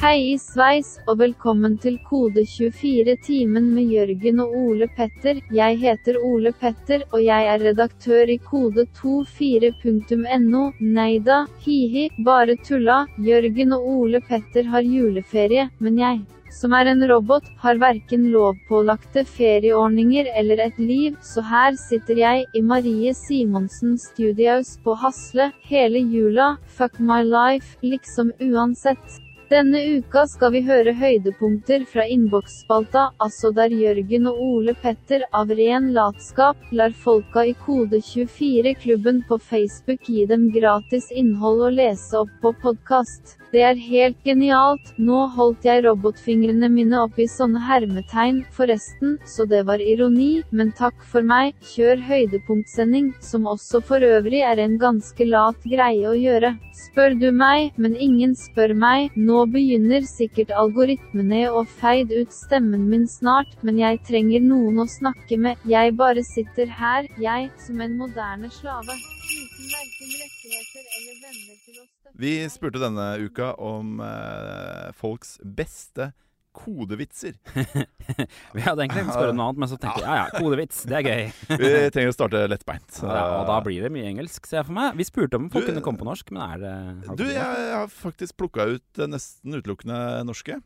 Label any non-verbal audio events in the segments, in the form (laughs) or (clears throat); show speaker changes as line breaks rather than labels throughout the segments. Hei i sveis, og velkommen til Kode 24-timen med Jørgen og Ole Petter. Jeg heter Ole Petter, og jeg er redaktør i kode24.no. Nei da, hi-hi, bare tulla. Jørgen og Ole Petter har juleferie, men jeg, som er en robot, har verken lovpålagte ferieordninger eller et liv, så her sitter jeg, i Marie Simonsen Studios på Hasle, hele jula, fuck my life, liksom uansett. Denne uka skal vi høre høydepunkter fra innboksspalta, altså der Jørgen og Ole Petter av ren latskap lar folka i Kode 24-klubben på Facebook gi dem gratis innhold å lese opp på podkast. Det er helt genialt, nå holdt jeg robotfingrene mine opp i sånne hermetegn, forresten, så det var ironi, men takk for meg, kjør høydepunktsending, som også for øvrig er en ganske lat greie å gjøre. Spør du meg, men ingen spør meg, nå begynner sikkert algoritmene å feide ut stemmen min snart, men jeg trenger noen å snakke med, jeg bare sitter her, jeg, som en moderne slave. Uten hverken rettigheter eller venner til å støtte
Vi spurte denne uka om eh, folks beste kodevitser.
Vi hadde egentlig tenkt å spørre om noe annet, men så tenkte jeg ja ja, kodevits, det er
(laughs)
gøy. (laughs)
Vi trenger å starte lettbeint.
Ja, og da blir det mye engelsk, ser jeg for meg. Vi spurte om folk kunne komme på norsk, men er det har
Du, jeg,
vi ikke det?
jeg har faktisk plukka ut eh, nesten utelukkende norske.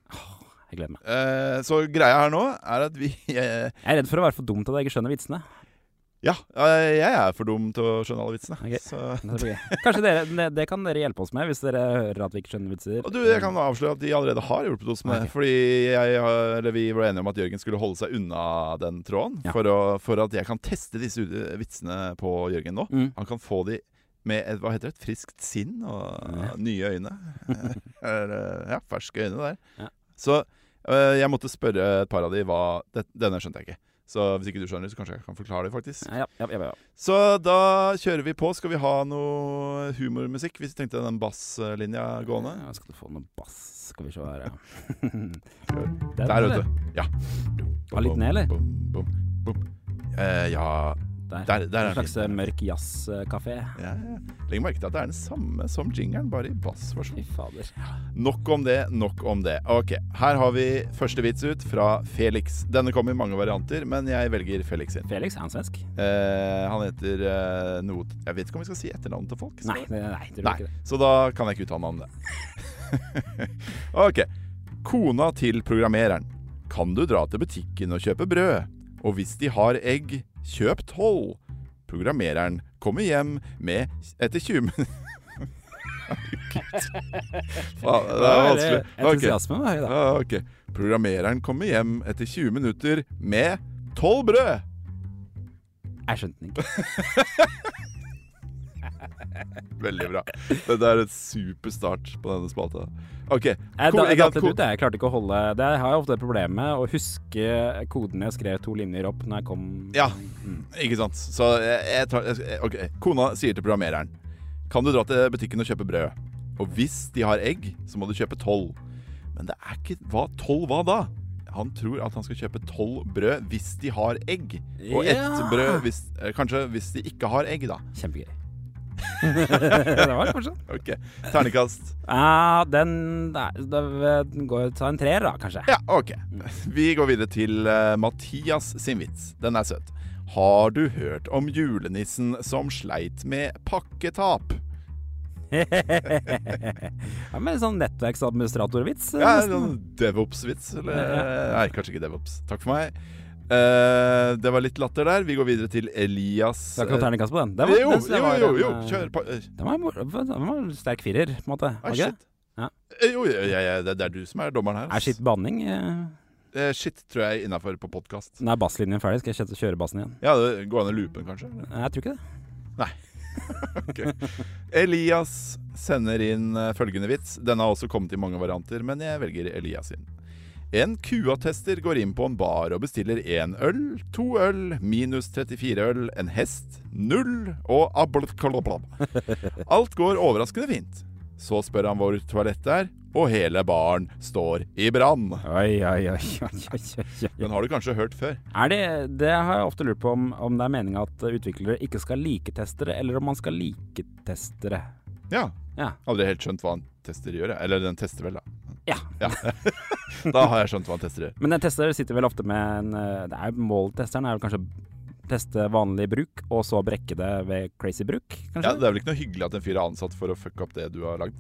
Jeg gleder meg.
Eh, så greia her nå er at vi (laughs) eh,
Jeg er redd for å være for dum til at jeg ikke skjønner vitsene.
Ja, eh, jeg er for dum til å skjønne alle vitsene.
Ok.
Så.
Men Det
(laughs)
blir gøy. Kanskje dere, det- det kan dere hjelpe oss med, hvis dere hører at vi ikke skjønner vitser.
Og du, Jeg kan avsløre at de allerede har hjulpet oss med det.
Ok.
Fordi jeg, har- eller vi ble enige om at Jørgen skulle holde seg unna den tråden.
Ja.
For, å, for at jeg kan teste disse u- vitsene på Jørgen nå.
Mm.
Han kan få de med et, hva heter det, et friskt sinn og
Ja.
nye
(laughs)
øyne. Eh, eller, ja, ferske øyne der.
Ja.
Så eh, jeg måtte spørre et par av de hva det, Denne skjønte jeg ikke. Så hvis ikke du skjønner, så kanskje jeg kan forklare det, faktisk.
Ja, ja, ja, ja, ja.
Så da kjører vi på. Skal vi ha noe humormusikk? Hvis du tenkte den basslinja gående.
Ja, skal du få noe bass? Skal vi se
(laughs)
her, ja.
Der, vet du. Ja.
Var litt ned, eller?
Bom, bom, bom. Eh, ja
Der.
Der, der er
En
den.
slags eh, mørk jazzkafé.
Ja, ja. Legg merke til at det er den samme som jingeren, bare i bassversjon.
Fy fader.
Nok om det, nok om det. Ok, Her har vi første vits ut fra Felix. Denne kom i mange varianter, men jeg velger Felix sin.
Felix, er han svensk? Eh,
Eh, han heter eh, noe Jeg vet ikke om vi skal si etternavnet til folk. skal
Nei,
vi?
det- nei, tror
Nei,
ikke det.
så da kan jeg ikke uttale meg om det. (laughs) ok. Kona til programmereren. Kan du dra til butikken og kjøpe brød? Og hvis de har egg, kjøp tolv. Programmereren kommer hjem med etter 20 (laughs) minutter (laughs) Faen, det er vanskelig. Ok.
Entusiasmen var høy, da.
Ja, ok. Programmereren kommer hjem etter 20 minutter med tolv brød.
Jeg skjønte den ikke.
Veldig bra. Dette er et super start på denne spalta. Ok.
Jeg,
Ko-
da,
ikke
jeg,
sant,
datt
ko-
litt ut, jeg. jeg klarte ikke å holde Det har jeg ofte et problem med, å huske kodene jeg skrev to linjer opp når jeg kom
Ja, ikke sant. Så jeg, jeg tar jeg- Ok, kona sier til programmereren Kan du dra til butikken og kjøpe brød? Og hvis de har egg, så må du kjøpe tolv. Men det er ikke Hva tolv hva da? Han tror at han skal kjøpe tolv brød hvis de har egg. Og ett
Ja.
brød hvis, eh, kanskje hvis de ikke har egg, da.
(laughs) Kjempegøy. det var det kanskje.
Ok, Ternekast.
Ja, den, nei, da- den går Ta en treer, da, (laughs) kanskje.
Ja, ok. Vi går videre til eh, Mathias sin vits. Den er søt. Har du hørt om julenissen som sleit med pakketap?
Ja, men sånn nettverksadministratorvits. eh,
Ja,
nesten.
noen DevOps-vits, eller
Ja,
Nei, kanskje ikke DevOps. Takk for meg. Eh, det var litt latter der. Vi går videre til Elias. eh,
Det er ikke noe terningkast på den. Det var-
jo,
det- det
jo,
var
jo,
en,
jo,
eh,
kjør på. Eh,
Den var, mor- den var en sterk firer, på en måte.
ah,
var ikke det?
shit.
Ja.
Eh, Jo, ja, ja, ja, det det er du som er dommeren her.
Er
ass.
skitt banning? eh,
Eh, shit tror jeg er innafor på podkast.
Nå er basslinjen ferdig, skal jeg kjøre- kjøre bassen igjen?
Ja, det går an å loope den, kanskje? eller?
Nei, Jeg tror ikke det.
Elias sender inn eh, følgende vits. Den har også kommet i mange varianter, men jeg velger Elias sin. En kuattester går inn på en bar og bestiller én øl, to øl, minus 34 øl, en hest, null og ablkalablab. Alt går overraskende fint. Så spør han hvor toalettet er, og hele baren står i brann.
Oi, oi, oi, oi, oi, oi.
Den har du kanskje hørt før.
Er det, det har jeg ofte lurt på om, om det er meninga at eh, utviklere ikke skal like testere, eller om man skal like testere.
Ja.
Ja.
Aldri helt skjønt hva en tester gjør. jeg. Eller den tester vel, da.
Ja.
(laughs) Da har jeg skjønt hva en tester gjør.
Men en tester sitter vel ofte med en eh, det er, Måltesteren er vel kanskje å teste vanlig bruk, og så brekke det ved crazy bruk,
Ja,
kanskje?
det er vel ikke noe hyggelig at en fyr er ansatt for å fucke opp det du har lagd?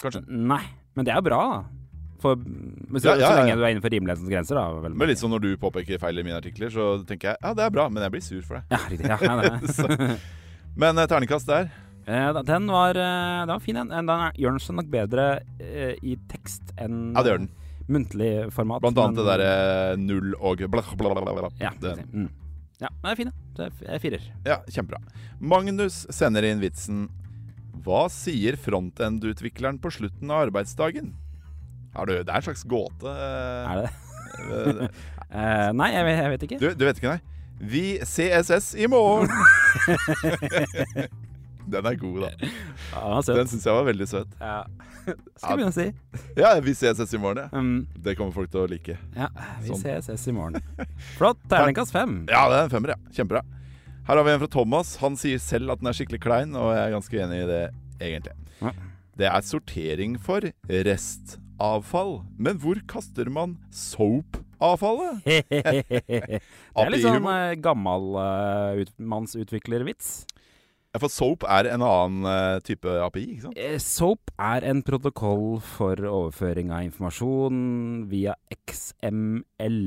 Kanskje.
Nei, men det er jo bra, da. For, men så,
Ja, ja,
så
ja.
lenge du er innenfor rimelighetens grenser, da. Vel,
Men litt sånn når du påpeker feil i mine artikler, så tenker jeg ja, det er bra, men jeg blir sur for det. (laughs)
Ja, riktig. Ja, ja, det.
Så, men eh, terningkast der.
(laughs) Eh, da- den var, eh, den var fin, den. Eh, Den er- gjør den seg nok bedre eh, i tekst enn
Ja, det gjør den.
muntlig format.
Blant annet
men-
det derre null og bla, bla, bla, bla, bla.
Ja,
Det-
det. Mm. ja, den er fin, den. Det er f- jeg firer.
Ja, kjempebra. Magnus sender inn vitsen Hva sier frontend-utvikleren på slutten av arbeidsdagen? Er du, det er en slags gåte. eh,
Er det?
eh,
Eh, nei, jeg, vet- jeg vet ikke.
Du, du vet ikke, nei? Vi CSS i morgen! Den er god, da.
Ja, søt.
Den syns jeg var veldig søt.
Ja. (laughs) Skal vi begynne å si.
Ja, vi CSS i morgen, ja.
Um,
Det kommer folk til å like.
ja, vi
Sånn.
ses, ses i
(laughs)
morgen. Flott. Terningkast fem. (laughs)
Ja, det er en femmer, ja. Kjempebra. Her har vi en fra Thomas. Han sier selv at den er skikkelig klein, og jeg er ganske enig i det,
Ja.
egentlig. Det er sortering for restavfall. Men hvor kaster man soap-avfallet?
det er litt
API-humor.
sånn uh, gammal eh, ut, mannsutviklervits.
Ja, for soap er en annen eh, type API, ikke sant?
Eh, SOAP er en protokoll for overføring av informasjon via XML.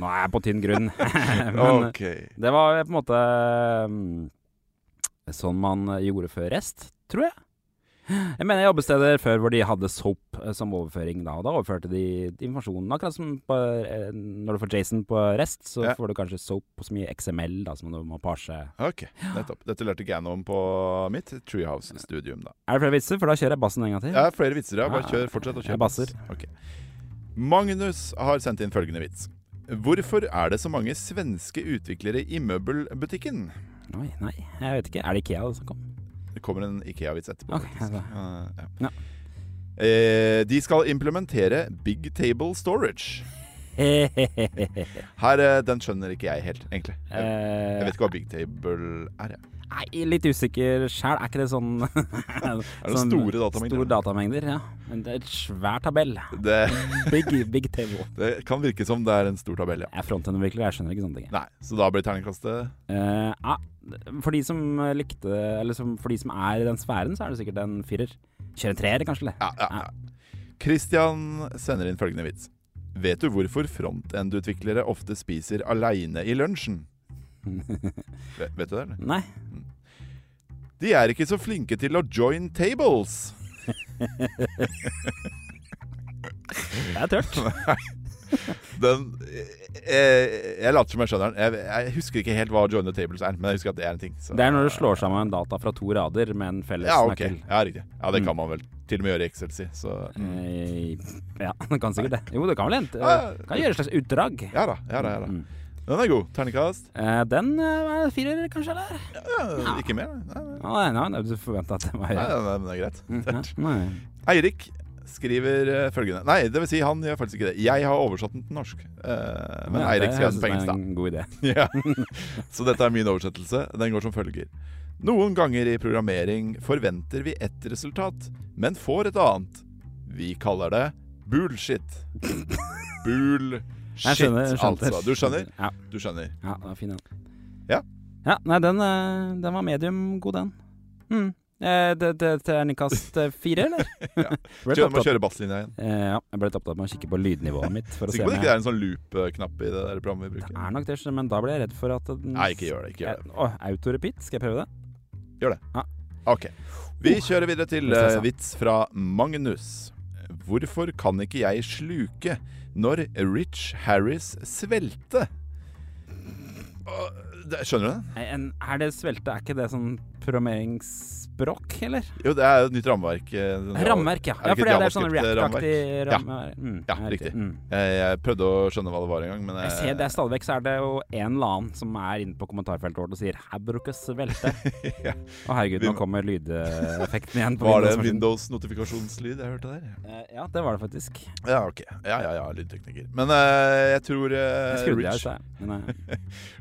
Nå er jeg på tynn grunn, (laughs) men
ok.
det var på en måte mm, sånn man gjorde før rest, tror jeg. Jeg mener jobbesteder før hvor de hadde SOAP eh, som overføring. Da, og da overførte de informasjonen. Akkurat som på, eh, når du får JSON på rest, så
Ja.
får du kanskje SOAP på så mye XML da, som du må parse.
Ok, nettopp. Dette lærte ikke jeg noe om på mitt Treehouse-studium, da.
Er det flere vitser? For da kjører jeg bassen en gang til.
Jeg har flere vitser, ja. Bare
Ja,
kjør, fortsett å kjøre.
jeg basser.
Ok. Magnus har sendt inn følgende vits. Hvorfor er det så mange svenske utviklere i møbelbutikken?
Oi, nei, jeg vet ikke. Er det IKEA det er snakk om? (laughs)
Det kommer en Ikea-vits etterpå.
Ok,
faktisk.
bra.
Eh, ja.
Ja.
Eh, de skal implementere Big Table Storage.
Hehehehe.
Her, eh, Den skjønner ikke jeg helt, egentlig. Jeg, jeg
Eh,
vet ikke hva Big Table er. Jeg.
nei, litt usikker sjæl. Er ikke det
(laughs)
sånn Er
det
Sånn
store datamengder?
Store datamengder, ja. Men det er et svær tabell.
Det,
Big, big table.
det kan virke som det er en stor tabell, ja.
Jeg er frontend-utvikler, jeg skjønner ikke sånne ting.
Nei, så da blir terningkastet
Eh, ja, for de som likte Eller som, for de som er i den sfæren, så er det sikkert en firer. Kjør en treer, kanskje? Det.
Ja, ja, ja. Christian sender inn følgende vits. Vet du hvorfor frontend-utviklere ofte spiser aleine i lunsjen? Vet, vet du det, eller?
(laughs) Nei.
De er ikke så flinke til å join tables.
Det er tørt.
Den eh, Jeg later som jeg skjønner den. Jeg, jeg husker ikke helt hva join the tables er, men jeg husker at det er en ting. så-
Det er når du slår sammen data fra to rader med en felles
ja, ok.
nøkkel.
Ja, riktig. Ja,
Mm.
det kan man vel til og med gjøre i Excel, si. Så Ah,
Eh, ja, (laughs) det kan sikkert det. Jo, det kan vel hente.
Ja, ja.
Kan gjøre et slags utdrag.
ja da. ja da, ja da
Mm.
Den er god. Terningkast?
Eh, den eh, er firer, kanskje? eller?
Ja, ikke mer? Nei, nei.
Å, nei, nei, nei, du forventa at det var
Nei,
høyere.
nei, nei, men det er greit.
Mm, ja, (laughs) nei.
Eirik skriver eh, følgende Nei, det vil si, han gjør faktisk ikke det. Jeg har oversatt den til norsk. Eh, men
Ja,
Eirik
det
skrev den
høres ut
på
som
engelsk, da. (laughs)
En god idé.
Ja. Så dette er min oversettelse. Den går som følger. Noen ganger i programmering forventer vi ett resultat, men får et annet. Vi kaller det
(laughs)
bullshit. Bullshit,
Jeg skjønner. jeg skjønte.
altså. Du skjønner?
Ja,
Du skjønner.
ja den var fin, den.
Ja.
ja nei, den, eh, den var medium god, den. Mm. Eh, det- det- Terningkast eh, fire, eller?
(laughs)
(laughs)
Ja.
Ble litt
Kjør, må
opptatt-
kjøre basslinja igjen.
eh, ja, jeg ble litt opptatt med å kikke på lydnivået mitt. For å se
Sikker på
om
at det
jeg,
ikke er en sånn loop-knapp i det der programmet vi
det
bruker?
er nok det, skjønner du, men da ble jeg redd for at den
Nei, ikke gjør det. ikke gjør det
Jeg- Å, autorepeat? Skal jeg prøve det?
Ok. Vi
Oh.
kjører videre til
Litt stressa.
eh, vits fra Magnus. Hvorfor kan ikke jeg sluke når Rich Harris svelte? Åh, det- Skjønner du det?
Nei, En, er det svelte? Er ikke det sånn programmeringsspråk, eller?
Jo, det er jo et nytt rammeverk. eh, sånn-
Rammeverk, ja.
Er det
ja
ikke
fordi det er
et
sånn
JavaScript-rammeverk?
React-aktig
Ja.
rammeverk. Mm,
Ja,
er
riktig. Eh.
Mm.
Jeg, jeg prøvde å skjønne hva det var en gang, men
Jeg ser det er stadig vekk så er det jo en eller annen som er inne på kommentarfeltet vårt og sier 'her brukes velte'.
(laughs) Ja.
Å herregud,
Vi
nå
må-
kommer lydeffekten igjen. På
Var det en
Windows-maskinen.
Windows-notifikasjonslyd jeg hørte der?
Eh, Ja, det var det faktisk.
Ja, ok. Ja, ja, ja, lydtekniker. Men eh, jeg tror eh,
Jeg skrudde det i
Rich,
sted. Men eh,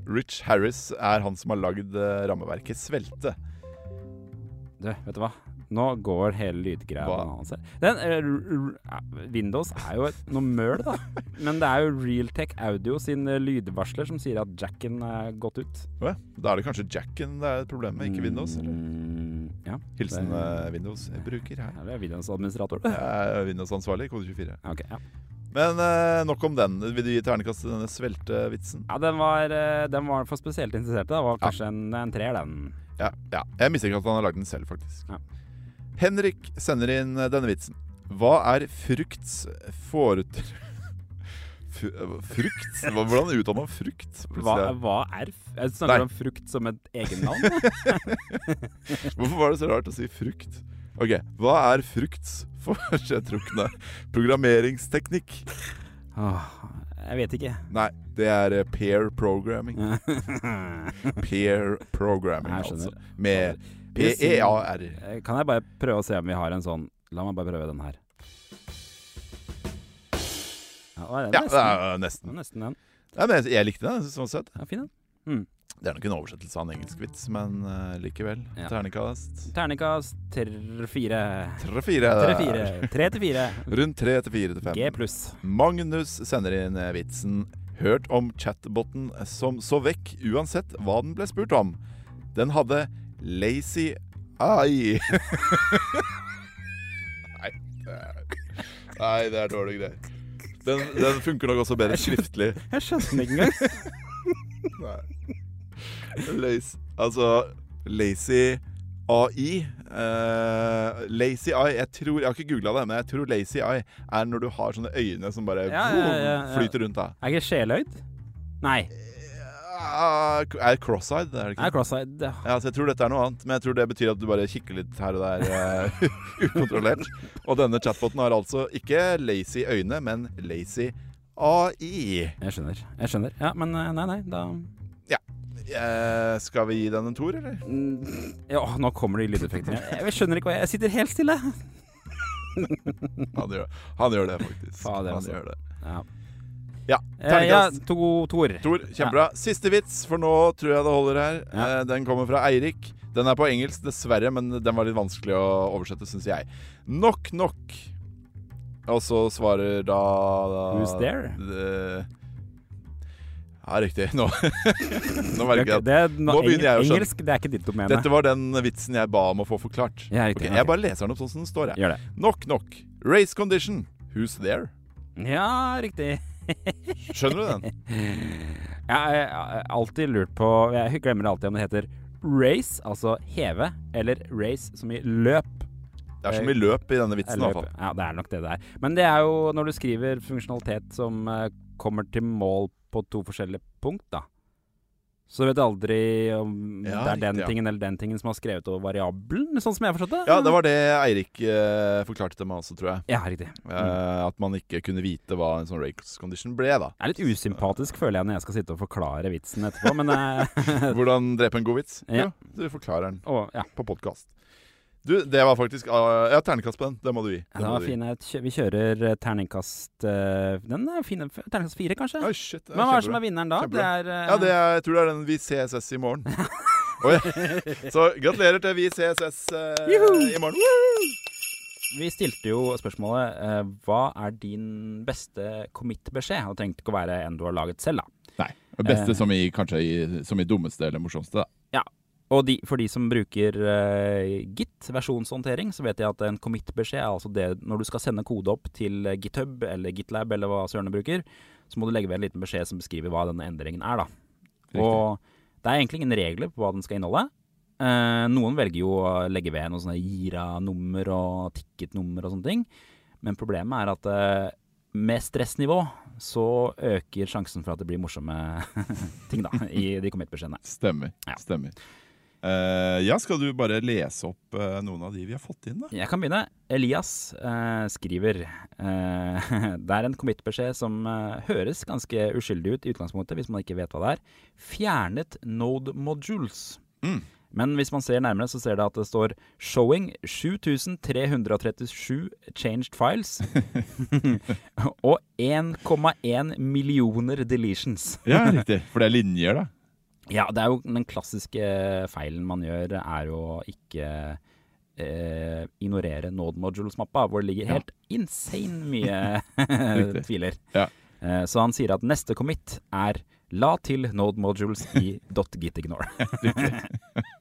Rich Harris er han som har lagd eh, rammeverket Svelte.
du, vet du hva? Nå går hele lydgreia
Hva?
bananas her. Den, eh, r- r- eh, Windows er jo et, noe møl, da. Men det er jo Realtek Audio sin eh, lydvarsler som sier at jacken er gått ut.
Åja, Da er det kanskje jacken det er problemet, ikke Windows. Eller?
Mm, ja.
Hilsen
det,
eh, Windows-bruker
(laughs)
her.
Her er Windows-administrator.
Jeg er Windows-ansvarlig, kode 24.
Ok, ja.
Men eh, nok om den. Vil du gi ternekast til denne sveltevitsen?
ja den, var, eh, den var for spesielt interesserte. Det var kanskje en, en treer, den.
Ja, ja. Jeg mistenker at han har lagd den selv, faktisk.
Ja.
Henrik sender inn eh, denne vitsen. Hva er frukts foretre... (laughs) Fu- eh, Frukt? Hva- Hvordan uttaler man frukt?
Hva,
plutselig?
hva er f Jeg
Nei.
snakker om frukt som et
(laughs)
egennavn.
Hvorfor var det så rart å si frukt? Ok, hva er frukts (laughs) foretrukne programmeringsteknikk?
Åh, jeg vet ikke.
Nei, det er eh, peer programming.
jeg
Peer programming,
Jeg
altså.
skjønner.
Med E P-E-A-R.
Eh, Kan jeg bare prøve å se om vi har en sånn La meg bare prøve den her. Ja, det er
Ja,
nesten,
det er nesten.
det er nesten den.
Nei, men jeg- jeg likte den. Jeg synes den var søt.
Ja, fin den.
Det er nok en oversettelse av en engelsk vits, men eh, likevel.
Ja.
Ternekast.
Terningkast tre- fire.
Tre, fire.
Tre, fire. Tre til fire.
Rundt tre til fire til
G
fem.
pluss.
Magnus sender inn eh, vitsen Hørt om chatboten som så vekk uansett hva den ble spurt om. Den hadde lazy eye. (laughs) Nei, det er, nei, det er dårlige greier. Den, den funker nok også bedre skriftlig.
Jeg skjønner den ikke engang.
Nei. Lazy Altså Lazy AI. eh, lazy Eye Jeg tror, jeg har ikke googla det, men jeg tror Lazy Eye er når du har sånne øyne som bare
Ja, ja, ja, ja.
flyter rundt deg.
(laughs) Er ikke sjeløyd? Nei.
Eh, Er det cross-eyed? Er det
Jeg
ikke?
er cross-eyed. Ja.
Ja, så jeg tror dette er noe annet, men jeg tror det betyr at du bare kikker litt her og der eh, (laughs) ukontrollert. Og denne chatboten har altså ikke lazy øyne, men lazy AI.
Jeg skjønner. Jeg skjønner. Ja, men eh, nei, nei, da
Eh, skal vi gi den en toer, eller?
Mm, Ja, nå kommer de lydeffektene. Jeg jeg skjønner ikke hva jeg Jeg sitter helt stille.
Han gjør, han gjør det, faktisk.
Fader,
han
altså.
gjør det.
Ja.
Ja,
Eh, ja
terningkast.
to toer.
Tor, kjempebra. Siste vits, for nå tror jeg det holder her.
Ja.
Eh, Den kommer fra Eirik. Den er på engelsk, dessverre, men den var litt vanskelig å oversette, syns jeg. Nok, nok. Og så svarer da, da
Who's there?
Det- Ja, riktig. Nå, (laughs) nå merker jeg
Ok,
at
det er,
Nå begynner jeg å skjønne.
Engelsk, det er ikke ditt domene.
dette var den vitsen jeg ba om å få forklart.
Ja, riktig,
Ok,
ok.
jeg bare leser den opp sånn som den står. Jeg.
Gjør det.
Nok, nok. Race condition. Who's there?
Ja, riktig.
Skjønner du den?
Jeg har alltid lurt på Jeg glemmer alltid om det heter race, altså heve, eller race som i løp.
Det er så mye løp i denne vitsen, i hvert
Løp.
fall.
Ja, det er nok det det er. Men det er jo når du skriver funksjonalitet som eh, kommer til mål på to forskjellige punkt, da. Så vet du aldri om
Ja,
det er den
riktig, ja.
tingen eller den tingen som har skrevet over variabelen, sånn som jeg har forstått det.
Ja, det var det Eirik eh, forklarte til meg også, tror jeg.
Ja, riktig.
Eh,
Mm.
At man ikke kunne vite hva en sånn race condition ble, da.
Det er litt usympatisk, føler jeg, når jeg skal sitte og forklare vitsen etterpå, men eh, (laughs)
Hvordan drepe en god vits?
Ja.
Jo, du forklarer den
å, ja.
på podkast. Du, det var faktisk uh, Ja, ternekast på den. Det må du gi.
Den
må
var
du gi.
fin. Jeg kjø- Vi kjører eh, terningkast eh, Den er fin. Terningkast fire, kanskje?
Oi, shit.
Men hva er det som er vinneren da? Det
Kjempebra.
er, eh,
Ja, det er, jeg tror det er den Vi CSS i morgen. Oi.
(laughs)
Så gratulerer til Vi CSS eh,
Juhu!
i morgen.
Vi stilte jo spørsmålet eh, Hva er din beste commit-beskjed? Og Det trengte ikke å være en du har laget selv, da.
Nei.
beste
som i kanskje som i dummeste eller morsomste, da.
Og de, for de som bruker eh, Git, versjonshåndtering, så vet jeg at en commit-beskjed er altså det når du skal sende kode opp til eh, GitHub eller GitLab eller hva Søren bruker, så må du legge ved en liten beskjed som beskriver hva denne endringen er, da. Og det er egentlig ingen regler på hva den skal inneholde. Eh, noen velger jo å legge ved noen sånne Jira-nummer og ticketnummer og sånne ting. Men problemet er at eh, med stressnivå så øker sjansen for at det blir morsomme (laughs) ting, da, i de commit-beskjedene.
Stemmer.
Ja.
stemmer. Eh, ja, skal du bare lese opp eh, noen av de vi har fått inn, da?
Jeg kan begynne. Elias eh, skriver eh, (laughs) Det er en commit-beskjed som eh, høres ganske uskyldig ut i utgangspunktet, hvis man ikke vet hva det er. Fjernet node modules.
Mm.
Men hvis man ser nærmere, så ser det at det står 'showing 7337 changed files' (laughs) og 1,1 millioner deletions.
Ja, riktig. For det er linjer, da.
Ja, det er jo den klassiske feilen man gjør, er jo å ikke eh, ignorere node modules-mappa, hvor det ligger
Ja.
helt insane
(laughs)
mye (laughs) tviler.
Ja.
Eh, så han sier at neste commit er la til node modules i
(laughs)
.gitignore.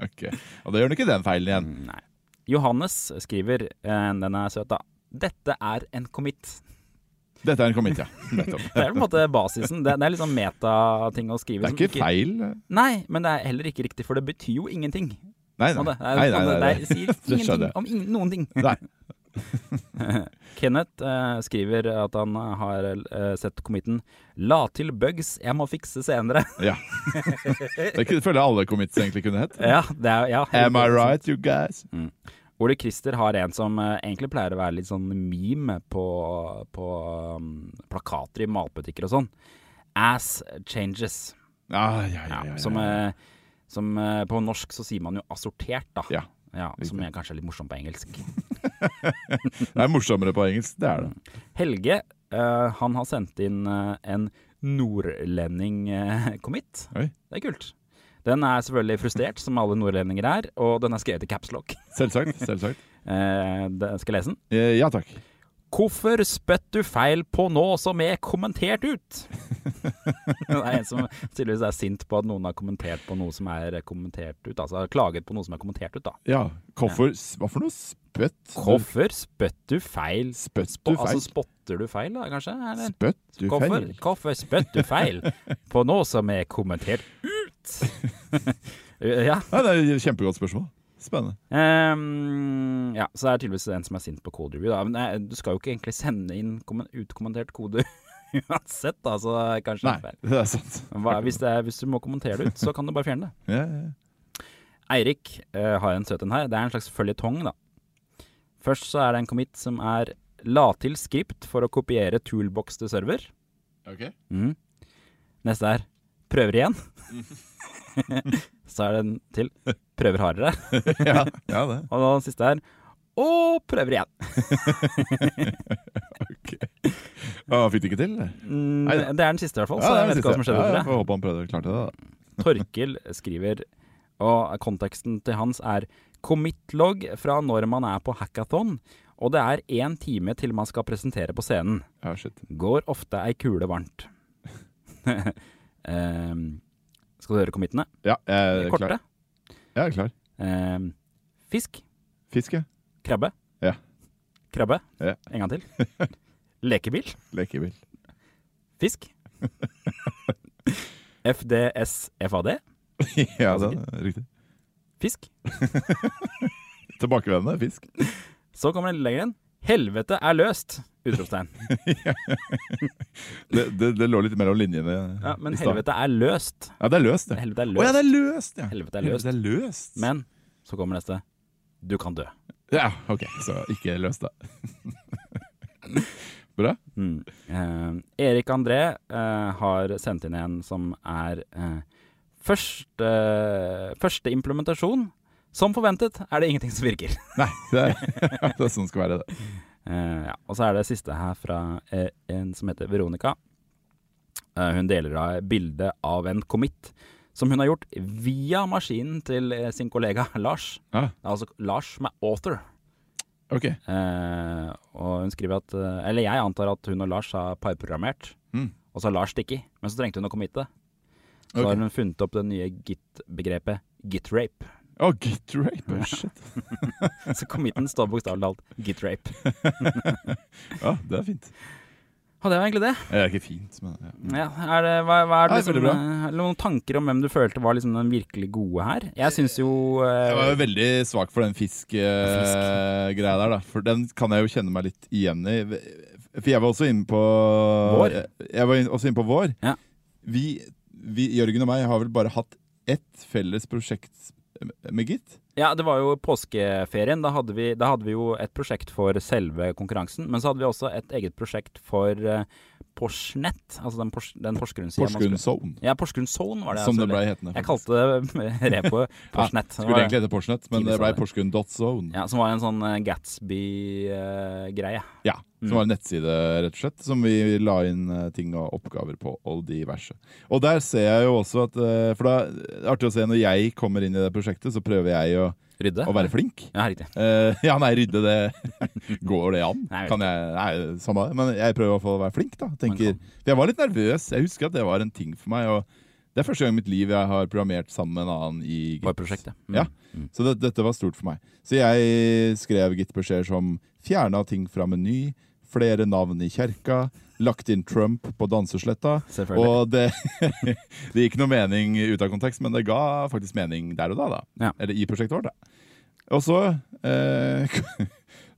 Ok. Og da gjør du ikke den feilen igjen.
Nei. Johannes skriver, eh, den er søt da, dette er en commit. (laughs)
Dette er en commit, ja. Nettopp.
Det er på en måte basisen. Det, det er liksom metating å skrive.
Det er
som
ikke feil. Nei,
Nei, men det er heller ikke riktig, for det betyr jo ingenting.
nei.
På en
nei,
måte. Det, er,
nei, nei,
det,
nei.
er- sier
Det skjønner
ingenting
jeg.
om ingen, noen ting.
Nei.
(laughs) Kenneth eh, skriver at han har eh, sett committen 'La til bugs, jeg må fikse senere'.
Ja. Det kunne- føler jeg alle commits egentlig kunne hett.
(laughs) ja, det er, ja.
Am I right, you guys?
Ole Christer har en som eh, egentlig pleier å være litt sånn meme på, på um, plakater i matbutikker og sånn. Ass changes.
Ah, ja, ja, ja, ja, ja.
Som, eh, som eh, på norsk så sier man jo assortert, da.
Ja.
Ja, som er kanskje er litt morsomt på engelsk.
Det er morsommere på engelsk, det er det.
Helge eh, han har sendt inn eh, en nordlending-commit.
Oi.
det er kult. Den er selvfølgelig frustrert, som alle nordlendinger er, og den er skrevet i capslock.
Selvsagt. selvsagt.
skal jeg lese den.
Eh, Ja takk.
Hvorfor spøtt du feil på nå som er kommentert ut? (laughs) det er en som tydeligvis er sint på at noen har kommentert på noe som er kommentert ut. Altså har klaget på noe som er kommentert ut, da.
Ja, hvorfor s- Hva for noe spøtt?
Hvorfor spøtt du feil?
Spøtt
På,
du feil?
altså spotter du feil, da, kanskje? Eller?
Spøtt du
Hvorfor,
feil?
hvorfor spøtt du feil på noe som er kommentert
(laughs)
ut? Eh, ja.
Nei, det er et Kjempegodt spørsmål. Spennende.
ehm, ja, så det er tydeligvis en som er sint på kode review. Da. Men eh, du skal jo ikke egentlig sende inn kommen- utkommentert kode (laughs) uansett, da, så det er kanskje
Nei,
feil.
det er sant.
Hva, hvis, det er, hvis du må kommentere det ut, så kan du bare fjerne det.
Ja, ja, ja.
Eirik eh, har en søt en her. Det er en slags føljetong, da. Først så er det en commit som er la til script for å kopiere toolbox til server. Mhm. Neste er prøver igjen. Så er det en til. Prøver hardere.
(laughs) ja, ja, det.
Og den siste er og prøver igjen.
Å, fikk det ikke til? eller?
Mm,
Nei, da.
det er den siste, i hvert fall. Så
det er
jeg vet
det
ikke hva som
siste.
skjedde
Ja,
videre.
jeg får håpe han prøvde å klare det. da.
Torkil skriver, og konteksten til hans er commit-logg fra når man er på hackathon, og det er én time til man skal presentere på scenen.
Ja, shit.
Går ofte ei kule varmt. (laughs) Ehm, skal du høre commitene?
Ja, jeg
De
er
korte.
Eh, klar. Jeg er klar.
Ehm, fisk.
Fiske.
Krabbe.
Ja.
Krabbe.
Ja.
En gang til. (laughs) Lekebil.
Lekebil.
(laughs) Fisk. FDSFAD.
(laughs) ja, det er riktig.
Fisk.
Tilbakevendende fisk. (laughs)
Så kommer den lenger inn. Helvete er løst! Utropstegn.
Det, det, det lå litt mellom linjene.
Ja, men
i stad.
helvete er løst.
Ja, det er løst, det.
Helvete er
Å ja, det
løst.
er løst, ja.
Helvete er løst.
Helvete er løst.
Men så kommer neste. Du kan dø.
Ja, ok, så ikke løst, da. Bra.
Mm. Eh, Erik André eh, har sendt inn en som er eh, første, første implementasjon. Som forventet er det ingenting som virker.
Nei, det
(laughs)
er, (laughs) det er sånn det skal være, det.
Eh, ja. Og så er det siste her fra eh, en som heter Veronica. Eh, hun deler av et bilde av en commit som hun har gjort via maskinen til eh, sin kollega Lars.
Ah.
Det er Altså Lars som er author.
Ok.
Eh, og hun skriver at eh, Eller jeg antar at hun og Lars har parprogrammert.
Mm.
Og så har Lars stikket. Men så trengte hun å committe. Så
Ok.
har hun funnet opp det nye git-begrepet gitrape.
Å, git rape. oh, Shit.
(laughs) Så committen står bokstavelig talt gitrape.
Ja, det er fint.
Og det var egentlig det.
Det er ikke fint, men ja.
Ja, er det, hva, hva er det
Nei,
liksom,
veldig bra.
eh, er det noen tanker om hvem du følte var liksom den virkelig gode her? Jeg syns jo eh,
Jeg var jo veldig svak for den fisk-greia der, da. For den kan jeg jo kjenne meg litt igjen i. For jeg var også inne på
Vår?
Jeg var inn- også inne på vår.
Ja.
Vi, vi, Jørgen og meg, har vel bare hatt ett felles prosjekt med Git.
Ja, det var jo påskeferien. Da hadde, vi, da hadde vi jo et prosjekt for selve konkurransen. Men så hadde vi også et eget prosjekt for eh, Porsnett, altså den, pors, den Porsgrunnsida. man skulle-
Porsgrunn Zone,
Ja, Porsgrunn Zone var det.
som
altså.
det ble hetende.
Jeg
faktisk.
kalte det (laughs) repo Porsnett. Det var-
Skulle egentlig hete Porsnett, men
Tidlig
det
sa
ble
det.
Porsgrunn.zone.
ja, som var en sånn Gatsby-greie.
Ja. Ja, som
Mm.
var en nettside, rett og slett, som vi la inn eh, ting og oppgaver på, og diverse. Og der ser jeg jo også at eh, For da det er artig å se, når jeg kommer inn i det prosjektet, så prøver jeg å,
Rydde?
å være flink.
Ja, riktig.
Eh, (laughs) ja, nei, rydde det (laughs) Går det an?
Nei, jeg vet
Kan jeg Nei, samme det. Men jeg prøver i hvert fall å være flink, da. Tenker,
Man
for jeg var litt nervøs. Jeg husker at det var en ting for meg. Og det er første gang i mitt liv jeg har programmert sammen med en annen i Git.
Var prosjektet. Mm.
Ja. Så det, dette var stort for meg. Så jeg skrev Git-beskjeder som fjerna ting fra meny, flere navn i kjerka, lagt inn Trump på dansesletta.
Selvfølgelig.
Og det, det (laughs) gikk noe mening ut av kontekst, men det ga faktisk mening der og da. da.
Ja.
Eller i prosjektet vårt, da. Og så, eh, (laughs)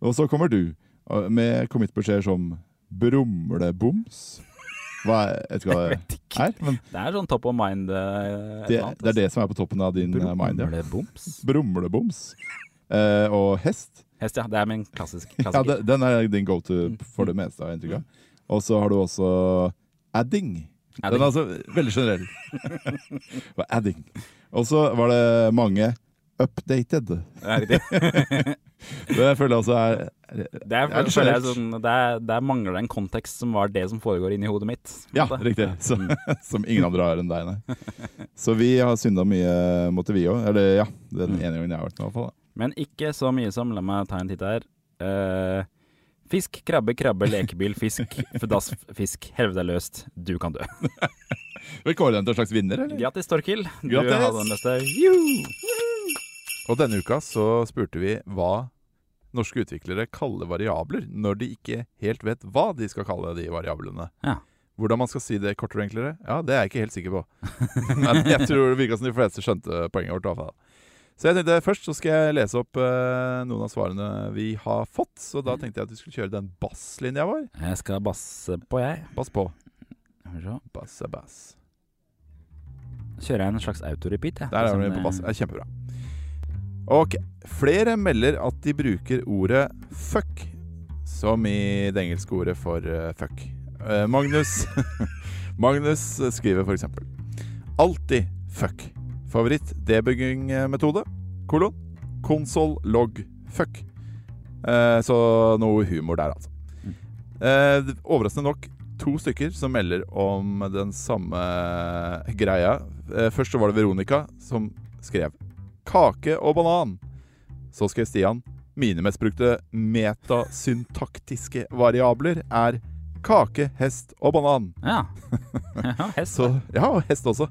og så kommer du og- med commit-beskjeder som brumleboms. Hva er, jeg vet ikke hva det er, men
det er sånn top of mind eh, et
det,
eller annet,
det er det som er på toppen av din eh,
altså.
mind. Ja.
Brumleboms?
Brumleboms. Eh, og hest.
Hest, ja. Det er min klassisk
(laughs) Ja,
klassiker.
de- den er din go to
Altså, Mm.
for det meste, har jeg inntrykk av. Og så har du også adding.
Ja,
Den er altså veldig generell. (laughs) Og adding. Og så var det mange updated.
det er riktig.
(laughs) Det føler jeg altså er
Det er,
Ja, det er
føler jeg
generelt.
sånn, det er, der mangler det en kontekst som var det som foregår inni hodet mitt.
Ja,
På en måte.
riktig. Så,
Mm.
som ingen andre har enn deg, nei. Så vi har synda mye, måtte vi òg. Eller ja,
Mm.
den ene gangen jeg har vært med, i hvert fall. da.
Men ikke så mye som La meg ta en titt her. Eh, fisk, krabbe, krabbe, lekebil,
(laughs)
fisk, fdass, fisk. Helvete er løst, du kan dø.
Vi kårer den til en slags vinner, eller?
Grattis, Torkil. Du
Grattis!
hadde den beste. Juhu!
Og denne uka så spurte vi hva norske utviklere kaller variabler, når de ikke helt vet hva de skal kalle de variablene.
Ja.
Hvordan man skal si det kortere og enklere, ja, det er jeg ikke helt sikker på. (laughs) Men jeg tror det virka som de fleste skjønte poenget vårt. i hvert fall. Så jeg tenkte først så skal jeg lese opp eh, noen av svarene vi har fått. Så da tenkte jeg at vi skulle kjøre den basslinja vår.
Jeg skal basse på, jeg.
Bass på.
Skal vi se.
Bass er bass.
Kjører jeg en slags autorepeat, jeg.
Der er
Sånn,
vi på
eh,
bass. Det er kjempebra. Ok. Flere melder at de bruker ordet fuck som i det engelske ordet for eh, fuck. Eh, Magnus (laughs) Magnus skriver f.eks.: Alltid fuck. Favoritt debugging-metode? Kolon. Konsol log fuck. Eh, så noe humor der, altså. Eh, overraskende nok to stykker som melder om den samme greia. Eh, Først så var det Veronica som skrev 'kake og banan'. Så skrev Stian 'mine mest brukte metasyntaktiske variabler er kake, hest og banan'.
Ja. (laughs) ja hest.
Så, ja, og hest også.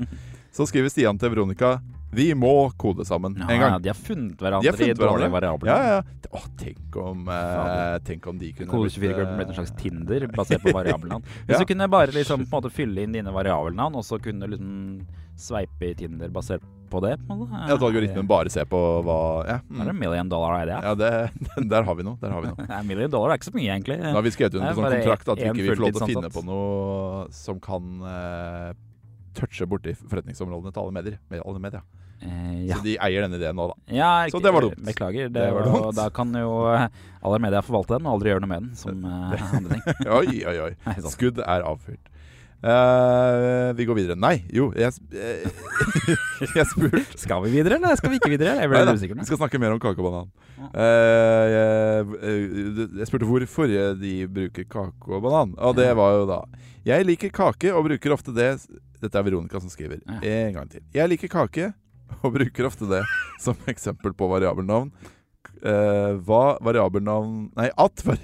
Så skriver Stian til Veronica 'vi må kode sammen
ja,
en gang'.
de har funnet
De
hverandre
har funnet
i dårlige
hverandre.
variabler.
Ja, ja. ja. Å, tenk om, eh, tenk om de kunne
Kode 24
eh,
kunne blitt en slags Tinder basert på
(laughs)
variabelnavn. Hvis
Ja.
du kunne bare liksom på en måte fylle inn dine variabelnavn, og så kunne du liksom sveipe i Tinder basert på det, på en måte.
At algoritmen bare ser på hva Ja,
Det er
mm.
en million dollar idea.
ja det, (laughs) der har vi noe. Der har vi noe.
Nei, million dollar er ikke så mye, egentlig.
Nå har vi skrevet under
Det er
på sånn
bare
kontrakt at vi
en
ikke vil få lov til å finne
fulltidsansatt.
på noe som kan eh, touche borti forretningsområdene til alle medier. Med alle medier.
Eh, ja.
Så de eier den ideen
(laughs)
nå, da.
ja,
Så
riktig.
det var dumt.
Beklager. Det,
Det var
og
dumt.
Da kan jo eh, alle media forvalte den, og aldri gjøre noe med den, som eh, andre ting.
Oi, oi, oi.
Nei, sånn.
(laughs) Skudd er avfyrt. Eh, vi går videre. Nei, jo, jeg, sp- eh, (laughs) jeg spurte
Skal vi videre, eller skal vi ikke videre? Jeg ble
Neida,
litt usikker
Vi
nå.
skal snakke mer om kake og banan.
Ja.
Eh, jeg, eh, jeg spurte hvorfor de bruker kake og banan, og det
Ja.
var jo da Jeg liker kake og bruker ofte det Dette er Veronica som skriver.
Ja.
En gang til. Jeg liker kake og bruker ofte det (laughs) som eksempel på variabelnavn. Eh, hva variabelnavn Nei, at var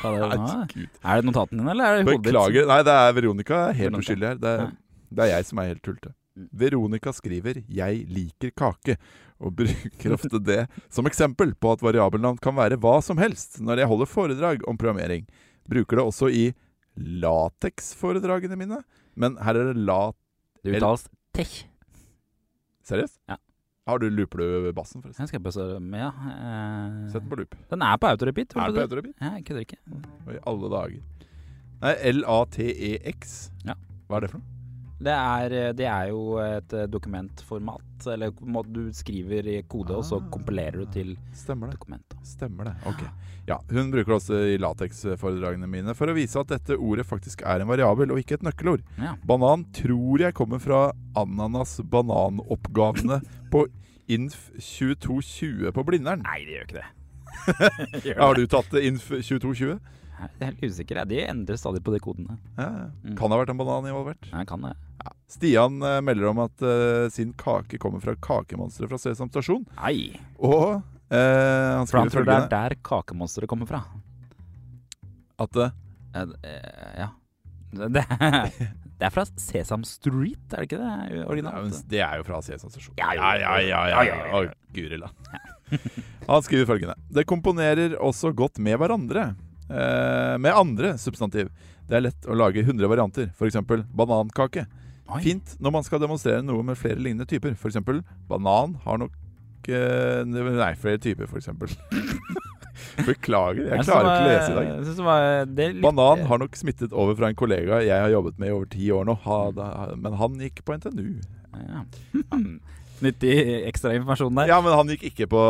Hva er det nå?
Nei, Gud.
Er det notatene dine, eller er det hodet ditt?
Beklager. Nei, det er Veronica. er Helt
Veronica.
uskyldig her. Det
Ja.
er, det er jeg som er helt tulte.
Mm.
Veronica skriver 'Jeg liker kake', og bruker ofte det som eksempel på at variabelnavn kan være hva som helst når jeg holder foredrag om programmering. Bruker det også i lateksforedragene mine, men her er det lat...
Det uttales tech.
Seriøst?
Ja.
Har du looper du bassen, forresten?
Jeg skal bare så- men ja. eh,
Sett den på loop.
Den er på autorepeat.
Er det på autorepeat?
Ja, jeg kødder ikke.
Og I alle dager. Nei, L-A-T-E-X.
Ja.
E Hva er det for noe?
Det er, eh, det er jo et eh, dokumentformat. Eller må- du skriver i kode, og så
Ah.
kompilerer du til
Stemmer det.
dokumentet.
Stemmer det. Ok. Ja, hun bruker det også i lateksforedragene mine for å vise at dette ordet faktisk er en variabel og ikke et nøkkelord.
Ja.
Banan tror jeg kommer fra ananas bananoppgavene på Inf 2220 på Blindern.
(laughs) Nei, det gjør ikke det.
Har du tatt Inf 2220?
Jeg er helt usikker. jeg. De endrer stadig på de kodene.
Ja, ja.
Mm.
Kan ha vært en banan involvert.
Jeg kan det.
Stian eh, melder om at eh, sin kake kommer fra kakemonsteret fra Sesam stasjon.
Nei!
Og eh, han
For
skriver
han tror det er
følgende
der kakemonsteret kommer fra.
at eh,
Eh, eh, Ja. Det, (laughs) det er fra Sesam Street, er det ikke det?
Ja,
Originalt.
men det er jo fra Sesam stasjon.
Ja, jo.
ja, ja. ja, ja, ja,
Ja, ja, ja.
Å, guri land. (laughs) Han skriver følgende Det komponerer også godt med hverandre. Eh, med andre substantiv. Det er lett å lage 100 varianter, f.eks. banankake.
Oi.
Fint når man skal demonstrere noe med flere lignende typer. F.eks. banan har nok eh, Nei, flere typer, f.eks. (laughs) Beklager, jeg klarer ikke å lese i dag.
Jeg synes det var det er litt-
Banan har nok smittet over fra en kollega jeg har jobbet med i over ti år nå, ha, da, men han gikk på NTNU.
Ja. (laughs) Nyttig ekstra informasjon der.
Ja, men han gikk ikke på,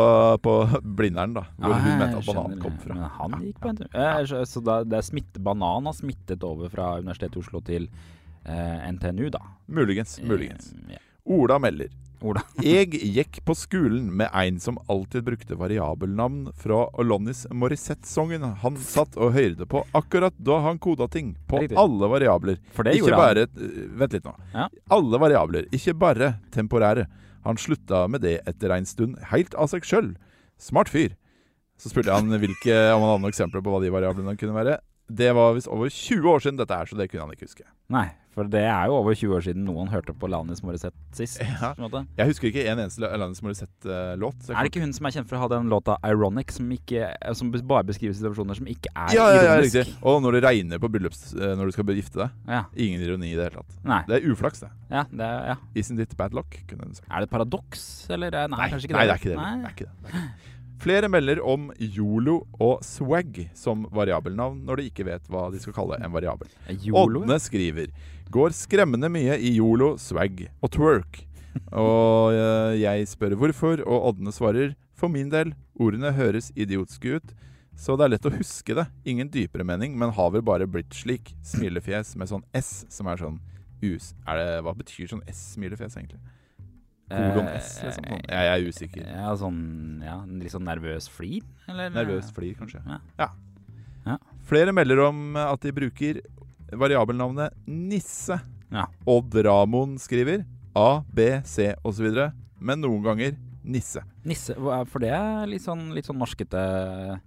på Blindern, da, hvor hun
Ah,
mente at
jeg
banan
skjønner.
kom fra.
Men han
Ja,
gikk på NTNU. Ja. jeg skjø- Så da, det er smitt, banan har smittet over fra Universitetet i Oslo til eh, NTNU, da.
Muligens. muligens.
Eh, ja.
Ola melder.
Ola. (laughs)
Jeg gikk på skolen med en som alltid brukte variabelnavn fra Olonis Morissette-sangen han satt og hørte på akkurat da han koda ting, på
Riktig.
alle variabler.
For det
ikke
gjorde han.
bare, eh, Vent litt nå.
Ja.
Alle variabler, ikke bare temporære. Han slutta med det etter en stund, helt av seg sjøl. Smart fyr. Så spurte jeg han hvilke, om han hadde noen eksempler på hva de variablene kunne være. Det var visst over 20 år siden dette her, så det kunne han ikke huske.
Nei, for det er jo over 20 år siden noen hørte på Lanis Morissette sist.
Ja.
på en måte.
Jeg husker ikke en eneste Alanis Morissette-låt.
Er det ikke hun som er kjent for å ha den låta 'Ironic', som, ikke, eh, som bare beskriver situasjoner som ikke er
ja, ja, ja,
ironisk?
riktig. Og når det regner på bryllups eh, når du skal gifte deg.
Ja.
Ingen ironi i det hele tatt.
Nei.
Det er uflaks, det.
Ja, det, er- ja.
Isn't it bad luck, kunne hun sagt.
Er det et paradoks, eller? Eh, Nei, kanskje ikke
nei, det
det.
er ikke det.
Nei.
det, er ikke det. det er ikke det. Flere melder om Yolo og Swag som variabelnavn når de ikke vet hva de skal kalle en variabel.
Eh, Yolo,
Ådne skriver Går skremmende mye i Yolo, Swag og Twerk. Og eh, jeg spør hvorfor, og Ådne svarer For min del, ordene høres idiotiske ut, så det er lett å huske det. Ingen dypere mening, men har vel bare blitt slik. Smilefjes med sånn S, som er sånn us... Er det, hva betyr sånn S-smilefjes, egentlig? Kolon
Eh,
S, liksom. Sånn. Jeg er usikker.
Ja, sånn ja, en litt sånn nervøs flir? Eller?
Nervøs flir, kanskje.
Eh, Ja. Ja.
Ja. Flere melder om at de bruker variabelnavnet Nisse.
Ja.
Odd Ramon skriver A, B, C osv., men noen ganger Nisse.
Nisse, hva er- for det er litt sånn, litt sånn norskete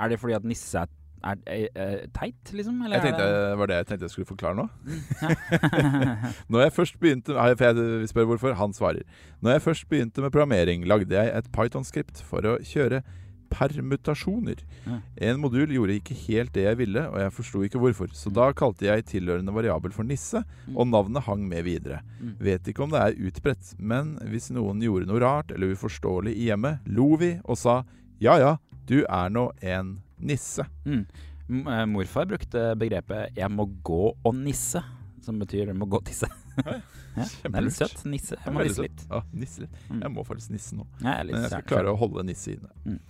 Er det fordi at nisse er, er, er, er teit, liksom? Eller
Jeg tenkte, eh,
er
var det jeg tenkte jeg skulle forklare nå?
det-
Når jeg først begynte Nei, for jeg spør hvorfor. Han svarer. Når jeg først begynte med programmering, lagde jeg et Python-skript for å kjøre permutasjoner.
Ja.
En modul gjorde ikke helt det jeg ville, og jeg forsto ikke hvorfor. Så da kalte jeg tilhørende variabel for nisse, (laughs)
Mm.
og navnet hang med videre.
Mm.
Vet ikke om det er utbredt, men hvis noen gjorde noe rart eller uforståelig i hjemmet, lo vi og sa ja ja, du er nå en nisse.
(laughs) M- eh, Morfar brukte begrepet 'jeg må gå og nisse', som betyr 'jeg må gå og tisse'. Ja, det er litt
Kjempelurt.
søtt. Nisse.
Det er
Jeg må
veldig
nisse
søtt.
litt.
Ja, nisse litt.
Mm.
Jeg må faktisk nisse nå.
Ja, jeg er litt
Men jeg skal
sær-
klare å holde nisse inne.
Mm.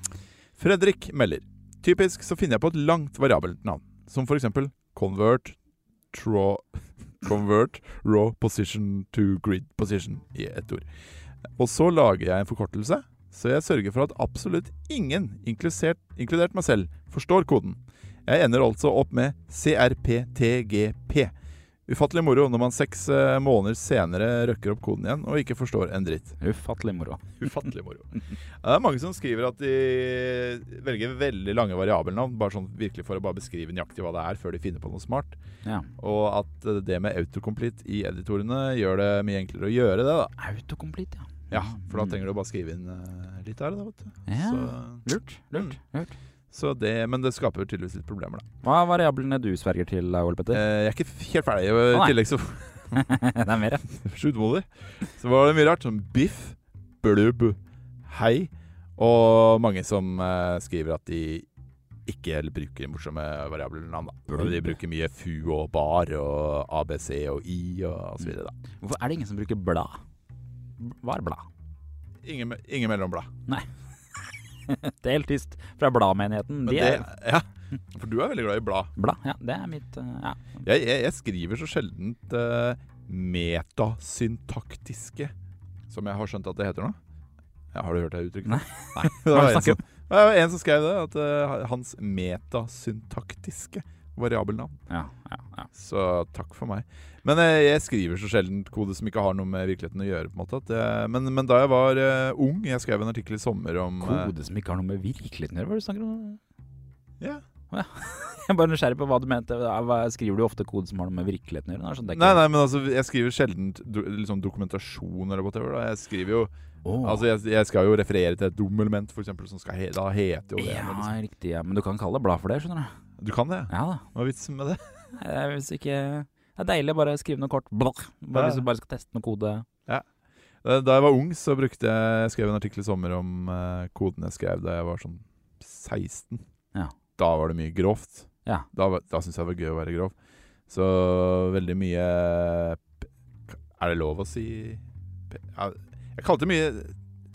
Fredrik melder. Typisk så finner jeg på et langt variabelt navn, som for eksempel convert, tro, (laughs) convert raw position to grid position i ett ord. Og så lager jeg en forkortelse, så jeg sørger for at absolutt ingen, inklusert, inkludert meg selv, forstår koden. Jeg ender altså opp med CRPTGP. Ufattelig moro når man seks eh, måneder senere røkker opp koden igjen og ikke forstår en dritt.
Ufattelig moro.
Ufattelig moro. Det er mange som skriver at de velger veldig lange variabelnavn, bare sånn virkelig for å bare beskrive nøyaktig hva det er, før de finner på noe smart.
Ja.
Og at eh, det med autocomplete i editorene gjør det mye enklere å gjøre det, da.
Autocomplete, ja. Mm.
Ja, for da trenger du bare skrive inn eh, litt her, da, vet du.
ja.
Så, Mm.
Lurt, lurt, lurt.
så det, men det skaper jo tydeligvis litt problemer, da.
Hva er variablene du sverger til, Ole
Eh,
Petter?
Jeg er ikke f- helt ferdig. og I
Å, nei.
tillegg så Eh.
(laughs) det er mer, ja.
(laughs) Sjukt modig. Så var det mye rart. Som biff, blubb, hei. Og mange som eh, skriver at de ikke bruker morsomme variabler navn. Da.
Blubb.
De bruker mye fu og bar og ABC og i og, og så videre. Da.
Hvorfor er det ingen som bruker blad? Hva er blad?
Ingen, me- ingen mellomblad.
(laughs) Det er helt tyst fra bladmenigheten.
Men
De er
det- Ja, for du er veldig glad i blad.
blad. Ja, det er mitt eh, ja.
Jeg, jeg, jeg skriver så sjelden eh, metasyntaktiske, som jeg har skjønt at det heter nå. Ja, har du hørt det uttrykket?
Nei.
(laughs) Det var
Hva er det
en
snakk
som,
om?
Det var en som skrev det, at eh, hans metasyntaktiske variabelnavn.
Ja, ja, ja.
Så takk for meg. Men eh, jeg skriver så sjelden kode som ikke har noe med virkeligheten å gjøre. på en måte. At, eh, men, men da jeg var eh, ung Jeg skrev en artikkel i sommer om eh,
Kode som ikke har noe med virkeligheten å gjøre, hva er det du snakker om?
Ja.
(laughs) Jeg er bare nysgjerrig på hva du mente. Ja, hva- Skriver du ofte kode som har noe med virkeligheten å gjøre? da? Sånn at det ikke-
Nei, nei, men altså, jeg skriver sjelden do, liksom dokumentasjon eller whatever. Da. Jeg skriver jo,
Åh.
altså, jeg, jeg skal jo referere til et domelement, for eksempel, som skal he, da heter jo det.
ja,
Liksom.
riktig. Ja. Men du kan kalle det blad for det, skjønner du.
Du kan det? ja.
Ja da.
Hva er vitsen med det?
Nei, det er Hvis ikke det er deilig å bare skrive noe kort. Blah. Bare
Ja.
Hvis du bare skal teste noe kode.
Da da jeg var ung, så brukte jeg, jeg skrev en artikkel i sommer om eh, koden jeg skrev da jeg var sånn 16.
Ja.
Da var det mye grovt.
Ja.
Da, var- da syntes jeg det var gøy å være grov. Så veldig mye p- Er det lov å si p- ja, Jeg kalte mye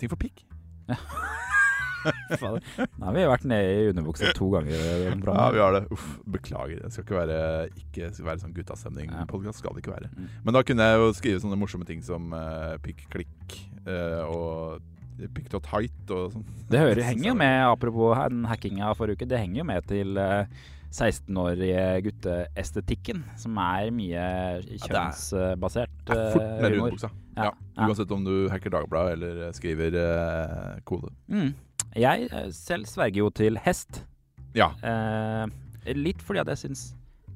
ting for pikk. (laughs)
Fader. Nå har vi vært nede i underbuksa to ganger. i denne
Ja, vi
programmet.
har det. Uff, beklager. Det skal ikke være, ikke skal være sånn guttastemning-podkast. Skal det ikke være.
Mm.
Men da kunne jeg jo skrive sånne morsomme ting som eh, pikk, klikk eh, og pikk og tight og sånn.
Det hører, henger jo med, apropos her, den hackinga forrige uke, det henger jo med til eh, 16-årige gutteestetikken, som er mye kjønnsbasert
Det er fort
eh,
ned i
humor.
underbuksa.
Ja,
Ja.
ja.
Uansett om du hacker Dagbladet eller skriver eh, kode.
Mm. Jeg eh, selv sverger jo til hest.
Ja.
Eh, litt fordi at jeg syns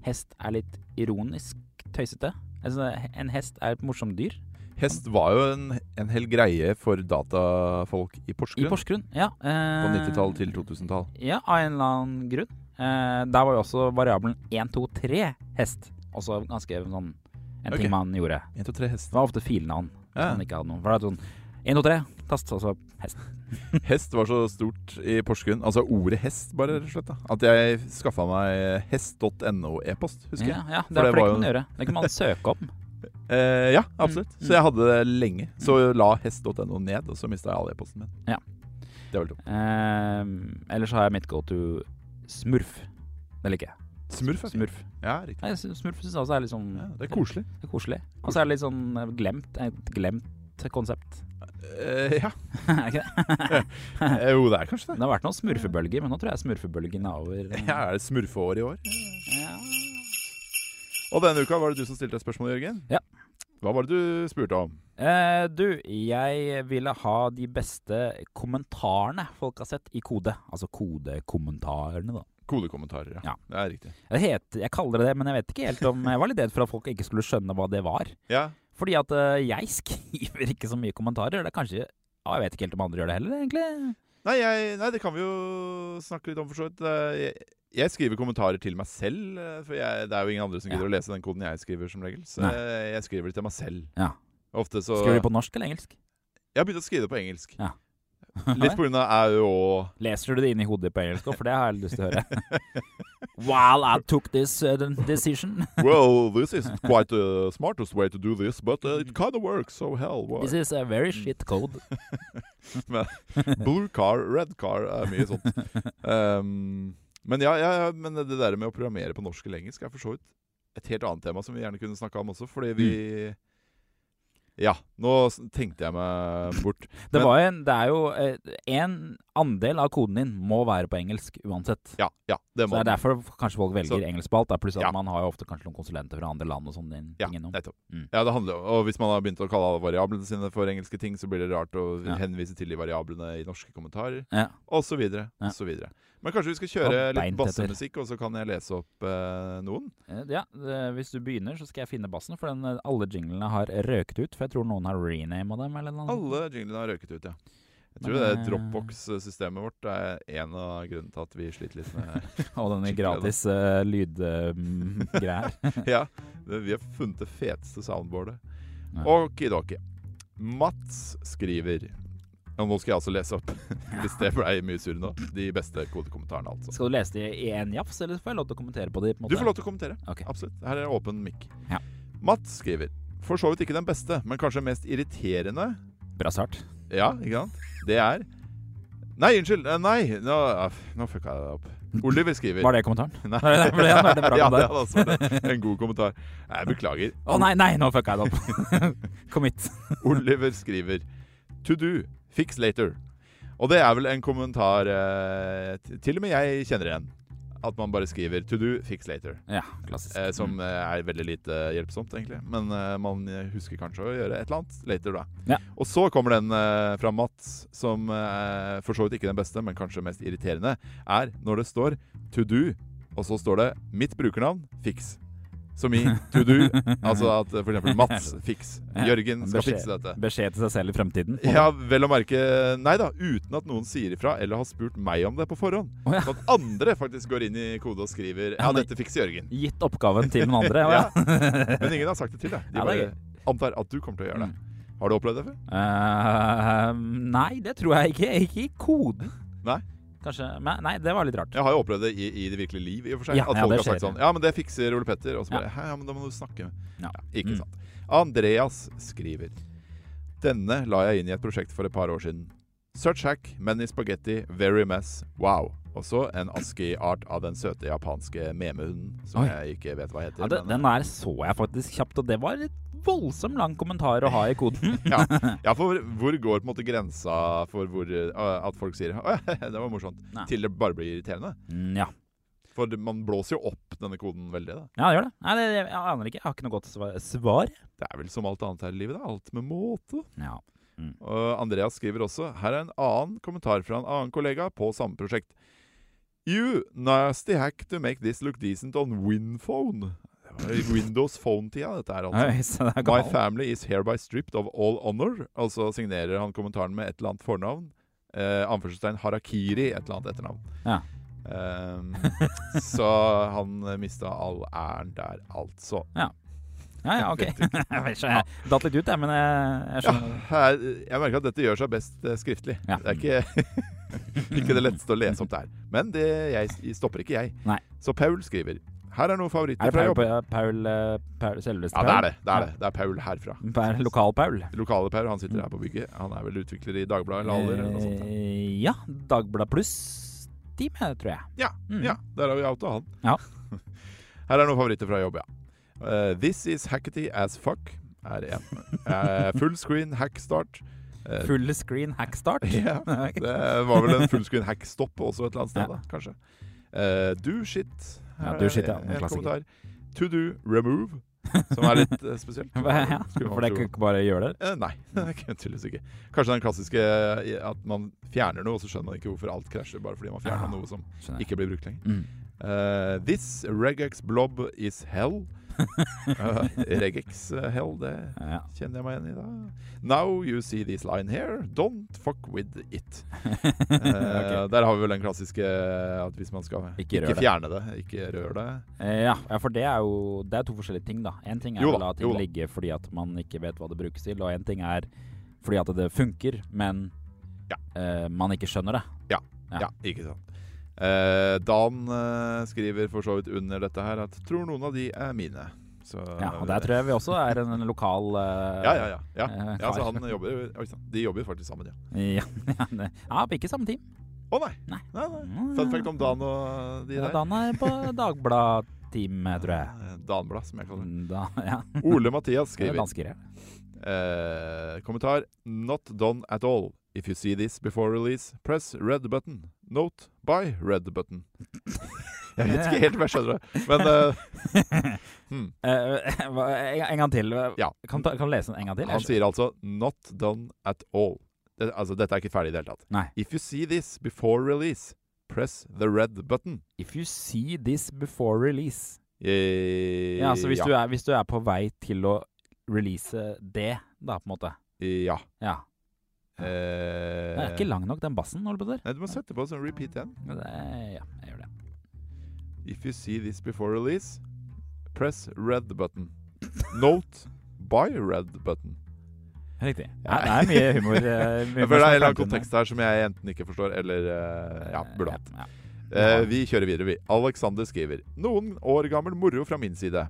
hest er litt ironisk tøysete. Altså, en hest er et morsomt dyr.
Hest var jo en, en hel greie for datafolk i
I
Porsgrunn
Porsgrunn. Ja, eh,
på 90-tall til 2000-tall.
Ja, av en eller annen grunn. Eh, der var jo også variabelen 1, 2, 3 hest. Også ganske sånn en
Ok.
ting man gjorde.
1, 2, 3, hest.
Det var ofte filnavn. Ja.
Ja.
Man ikke hadde noe. For det er sånn 1, 2, 3, tast, og så hest.
Hest var så stort i Porsgrunn. Altså ordet hest, bare rett og slett. Da. At jeg skaffa meg hest.no-e-post, husker
Ja,
jeg.
ja, det,
For
er
det
for
var
det kan
jo-
man gjøre. Det kan man
(laughs)
søke om.
Eh, ja, absolutt.
Mm, mm.
Så jeg hadde det lenge. Så la hest.no ned, og så mista jeg all e-posten min.
Ja.
Det var litt dumt.
Eh, ellers har jeg mitt go to smurf. Det liker jeg.
Smurf. ja.
Smurf.
Ja, riktig.
Nei, jeg synes smurf syns jeg også er litt sånn
Ja, det er koselig.
det er koselig. Og så er det litt sånn eh, glemt. Et glemt konsept. (laughs)
Eh, ja.
Er ikke det?
Eh, Jo, det er kanskje det.
det har vært noen smurfebølger, men nå tror jeg smurfebølgen er over.
(laughs) Ja, er det smurfeår i år?
Ja.
Og denne uka var det du som stilte et spørsmål, Jørgen.
Ja.
Hva var det du spurte om?
Eh, du, jeg ville ha de beste kommentarene folk har sett i kode. Altså kodekommentarene, da.
Kodekommentarer, ja.
Ja.
Det er riktig.
Det heter, jeg kaller det det, men jeg vet ikke helt om Jeg var litt redd for at folk ikke skulle skjønne hva det var.
Ja,
Fordi at eh, jeg (laughs) skriver ikke så mye kommentarer. Det er kanskje ja, Jeg vet ikke helt om andre gjør det heller, egentlig.
Nei, jeg, nei, det kan vi jo snakke litt om, for så vidt. Eh, Jeg, jeg skriver kommentarer til meg selv, eh, for jeg, det er jo ingen andre som gidder å lese den koden jeg skriver, som regel. Så
Nei.
jeg, jeg skriver det til meg selv.
Ja.
Ofte så
Skriver de på norsk eller engelsk?
Jeg har begynt å skrive det på engelsk.
Ja.
(laughs) Litt på grunn av au og (laughs)
Leser du det inn i hodet på engelsk òg, for det har jeg lyst til å høre. (laughs) While I took this eh, decision
Well, this is quite the smartest way to do this, but uh, it kind of works, so hell, why?
This is a very shit code.
Blue car, red car er mye sånt. Um, men ja, ja, ja, men det der med å programmere på norsk eller engelsk er for så vidt et helt annet tema som vi gjerne kunne snakka om også, fordi vi
Mm.
Ja, nå s- tenkte jeg meg bort.
Det,
Men-
var jo en, det er jo eh, En andel av koden din må være på engelsk uansett.
Ja, ja, det
Så
må
det er derfor kanskje folk
Så-
velger engelsk på alt. da, Pluss at
Ja.
man har jo ofte kanskje noen konsulenter fra andre land og sånn inn-
ja,
ting innom.
nettopp.
Mm.
Ja, det handler, jo- og hvis man har begynt å kalle alle variablene sine for engelske ting, så blir det rart å
Ja.
henvise til de variablene i norske kommentarer,
Ja.
og så videre,
Ja.
og så videre. Men kanskje vi skal kjøre litt
Og beint etter.
bassemusikk, og så kan jeg lese opp eh, noen?
Eh, ja, eh, Hvis du begynner, så skal jeg finne bassen, for den, eh, alle jinglene har røket ut. For jeg tror noen har renama dem. eller noe. sånt.
Alle jinglene har røket ut, ja. Jeg tror
Men,
det
eh,
Dropbox-systemet vårt er en av grunnene til at vi sliter litt med (laughs)
Og denne
Skikkelig, da.
gratis uh, (laughs) lydgreia her.
Ja, det- vi har funnet det feteste soundboardet.
Ja.
Okidoki. Mats skriver og Nå skal jeg altså lese opp, (laughs) hvis det ble mye surr nå. De beste kodekommentarene, altså.
Skal du lese det i én jafs, eller får jeg lov til å kommentere på det? på en måte?
Du får lov til å kommentere.
Ok.
Absolutt. Her er åpen mic.
Ja.
Mats skriver For så vidt ikke den beste, men kanskje mest irriterende
Bra start.
Ja, ikke sant? Det er Nei, unnskyld. eh, Nei, nå, ah, nå fucka jeg det opp. Oliver skriver
Var det kommentaren?
Nei.
Nei, det ble en veldig bra
(laughs) ja, det
kommentar.
hadde også vært en god kommentar. Jeg beklager.
Å nei, nei, nå fucka jeg det opp! (laughs) Kom hit.
Oliver skriver To do, fix later. Og det er vel en kommentar eh, t- til og med jeg kjenner igjen. At man bare skriver 'to do, fix later'.
Ja, klassisk.
Eh, som eh, er veldig lite hjelpsomt, egentlig. Men eh, man husker kanskje å gjøre et eller annet later, da.
Ja.
Og så kommer den eh, fra Mats, som eh, for så vidt ikke den beste, men kanskje mest irriterende, er når det står 'to do', og så står det 'mitt brukernavn, fiks'. Som i 'to
(laughs)
do'. altså at eh, for eksempel Mats, fiks.
Ja.
Jørgen skal
Beskjed.
fikse dette.
Beskjed til seg selv i fremtiden.
Ja, vel å merke Nei da, uten at noen sier ifra eller har spurt meg om det på forhånd.
Å ja.
Så at andre faktisk går inn i kode og skriver Ja,
Ja, men-
dette fikser Jørgen.
Gitt oppgaven til noen andre.
(laughs) Ja.
Ja. (laughs)
Men ingen har sagt det til deg. De
Ja, det er Mm.
bare antar at du kommer til å gjøre det. Har du opplevd det før?
Eh, nei, det tror jeg ikke. Ikke i koden.
Nei.
Kanskje men- Nei, det var litt rart.
Jeg har jo opplevd det i, i det virkelige liv, i og for seg.
Ja,
at
ja,
folk
det
har sagt
skjer,
sånn Ja, men det fikser Ole Petter. Og så
Ja.
bare Hæ, ja, men da må du snakke med
Ja.
Ikke
Mm.
sant. Andreas skriver Denne la jeg inn i et prosjekt for et par år siden. Search hack, men i spagetti, very mess, wow. Og så en askey-art av den søte japanske memehunden, som
Oi.
jeg ikke vet hva heter.
Ja, det,
men-
den der så jeg faktisk kjapt, og det var et voldsomt lang kommentar å ha i
(laughs)
koden.
ja. ja, for hvor går på en måte grensa for hvor, eh, at folk sier Å (laughs) ja, det var morsomt,
Nei.
til det bare blir irriterende?
Mm, ja.
For det- man blåser jo opp denne koden veldig, da.
ja, det gjør det. Nei, det, jeg aner ikke. Jeg har ikke noe godt sva- svar.
Det er vel som alt annet her i livet, da. Alt med måte.
Ja.
Og Andreas skriver også Her er en annen kommentar fra en annen kollega på samme prosjekt. You nasty hack to make this look decent on Winphone. Det var i Windows Phone-tida, dette her, altså.
Oi, (laughs) så det
My
er galt.
family is hereby stripped of all honor. Og så signerer han kommentaren med et eller annet fornavn. Eh, anførselstegn harakiri, et eller annet etternavn.
Ja. (laughs)
Ehm, så han mista all æren der, altså.
Ja, ja,
(laughs)
ok. (laughs) jeg datt litt ut, jeg, men jeg, jeg
Ja,
skjønner.
her, jeg merker at dette gjør seg best eh, skriftlig.
Ja.
Det er ikke, (laughs) ikke det letteste å lese opp der. Men det jeg, stopper ikke jeg.
Nei.
Så Paul skriver Her er noen
Er
favoritter
det
fra
Paul,
jobb.
Paul, Paul, eh, Paul selveste
Ja,
Paul?
det er det. Det er, det. Det er Paul herfra.
Paul, lokal Paul.
Lokale Per, han sitter her
Mm.
på bygget. Han er vel utvikler i Dagbladet eller Aller eller noe sånt.
Eh, ja. Dagblad Pluss-team, tror jeg.
Ja,
Mm.
ja, der har vi outa han.
Ja.
(laughs) Her er noen favoritter fra jobb, ja. Eh, this is hackety as fuck er en. Eh, full screen hackstart. Eh,
Full screen hackstart.
(laughs) Ja, det var vel en fullscreen hackstopp også et eller annet sted,
Ja.
da, kanskje. Eh, do shit.
Ja,
Her
do
er
shit, ja,
en
en klassiker.
kommentar. To do remove, som er litt eh,
(laughs)
spesielt.
ja,
Skulle man
for det
tro.
kan ikke bare gjøre det.
Eh, nei, (laughs) det kan jeg tydeligvis ikke. Kanskje den klassiske eh, at man fjerner noe, og så skjønner man ikke hvorfor alt krasjer, bare fordi man fjerner
Ja.
noe som
Skjønner.
ikke blir brukt lenger.
Mm.
Eh, this regex blob is hell. (laughs) Eh, regex eh, hell, det
Ja.
Kjenner jeg meg igjen i da? Now you see this line here, don't fuck with
(laughs)
it. Eh, der har vi vel den klassiske eh, at hvis man skal
Ikke rør det.
fjerne det, ikke rør det.
Eh, ja, ja, for det er jo det er to forskjellige ting, da. Én ting er
Jo
å
da,
la ting
jo da.
ligge fordi at man ikke vet hva det brukes til, og én ting er fordi at det funker, men
Ja.
eh, man ikke skjønner det.
Ja,
Ja.
ikke sant. Eh, Dan eh, skriver for så vidt under dette her at 'tror noen av de er mine'. Så,
Ja, og Der tror jeg vi også er en lokal eh,
ja, ja, ja, ja.
eh,
ja, så
kar.
han jobber Oi sann, de jobber faktisk sammen, ja.
(laughs) Ja, ja, det- ja, på ikke samme team.
Å nei!
Nei.
nei, nei. Fun fact om Dan og de
Ja,
der.
Dan er på Dagblad-team, tror jeg.
Eh, Danblad, som jeg kaller
(laughs)
det.
Da, ja,
Ole Mathias
det er
skriver
dansker, ja.
Eh, kommentar Not done at all. If you see this before release, press red button. Note by red button. (laughs) Jeg vet ikke helt om jeg skjønner det,
(laughs)
men eh, hmm,
Eh, (laughs) hva- en, en gang til.
Ja.
Kan, ta, kan du lese den en gang til?
han sier altså Not done at all. Det, altså, dette er ikke ferdig i det hele tatt.
Nei.
If you see this before release, press the red button.
If you see this before release.
Eh,
Ja, så hvis,
ja,
Du er, hvis du er på vei til å release det, da, på en måte.
ja.
Ja.
Eh,
Den er ikke lang nok, den bassen, holder på der.
Nei, du må sette på sånn repeat igjen.
Det, ja, jeg gjør det.
If you see this before release, press red button. Note by red button.
Riktig. Ja, det er mye humor.
(laughs)
eh, mye
Jeg føler det er en eller annen
humor som
kontekst her som jeg enten ikke forstår, eller eh, ja, burde hatt.
Ja,
Eh, vi kjører videre, vi. Alexander skriver Noen år gammel moro fra min side.